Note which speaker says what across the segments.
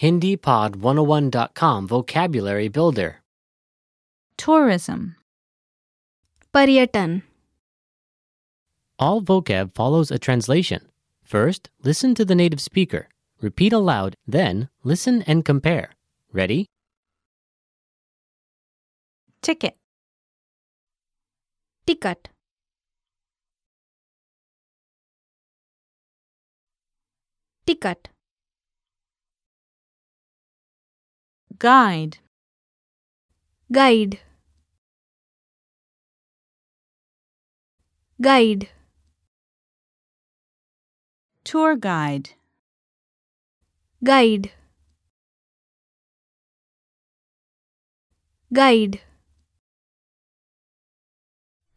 Speaker 1: HindiPod101.com Vocabulary Builder.
Speaker 2: Tourism.
Speaker 3: पर्यटन
Speaker 1: All vocab follows a translation. First, listen to the native speaker. Repeat aloud, then, listen and compare. Ready?
Speaker 2: Ticket.
Speaker 3: Ticket ticket
Speaker 2: Guide.
Speaker 3: Guide guide
Speaker 2: Tour guide.
Speaker 3: Guide guide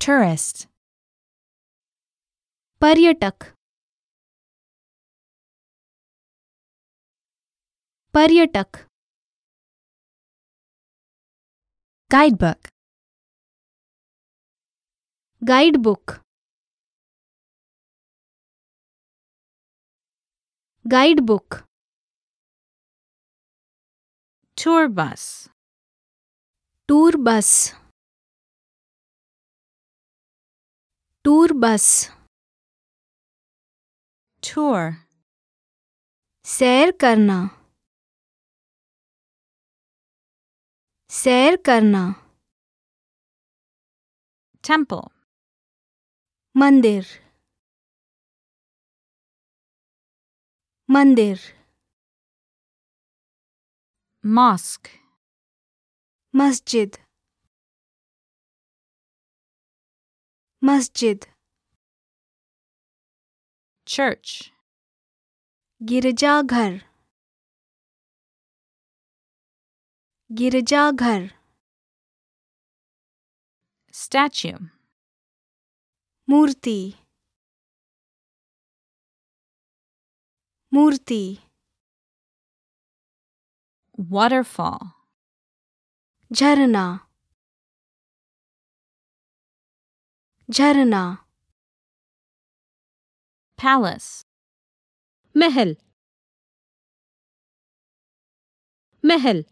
Speaker 2: Tourist.
Speaker 3: पर्यटक पर्यटक
Speaker 2: Guidebook.
Speaker 3: Guidebook guidebook
Speaker 2: Tour bus.
Speaker 3: Tour bus tour bus
Speaker 2: Tour.
Speaker 3: सैर करना सैर करना
Speaker 2: Temple.
Speaker 3: मंदिर मंदिर
Speaker 2: Mosque.
Speaker 3: मस्जिद मस्जिद
Speaker 2: Church.
Speaker 3: गिरजाघर गिरजाघर
Speaker 2: Statue.
Speaker 3: मूर्ति मूर्ति
Speaker 2: Waterfall.
Speaker 3: झरना झरना
Speaker 2: Palace.
Speaker 3: महल महल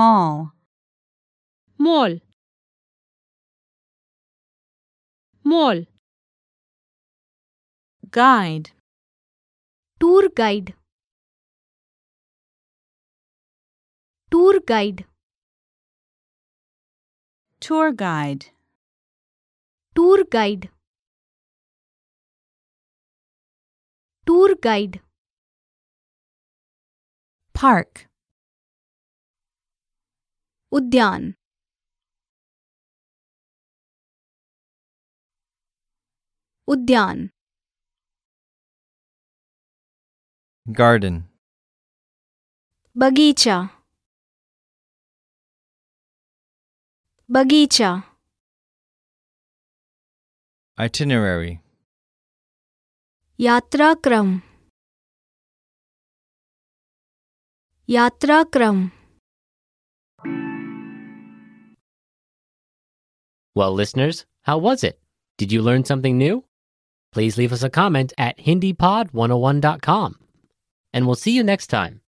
Speaker 2: Mall.
Speaker 3: Mall mall
Speaker 2: Guide.
Speaker 3: Tour guide tour guide
Speaker 2: Tour guide.
Speaker 3: Tour guide tour guide
Speaker 2: Park.
Speaker 3: उद्यान उद्यान
Speaker 4: Garden.
Speaker 3: बगीचा बगीचा
Speaker 4: Itinerary.
Speaker 3: यात्राक्रम यात्राक्रम
Speaker 1: Well, listeners, how was it? Did you learn something new? oh Please leave us a comment at HindiPod101.com. And we'll see you next time.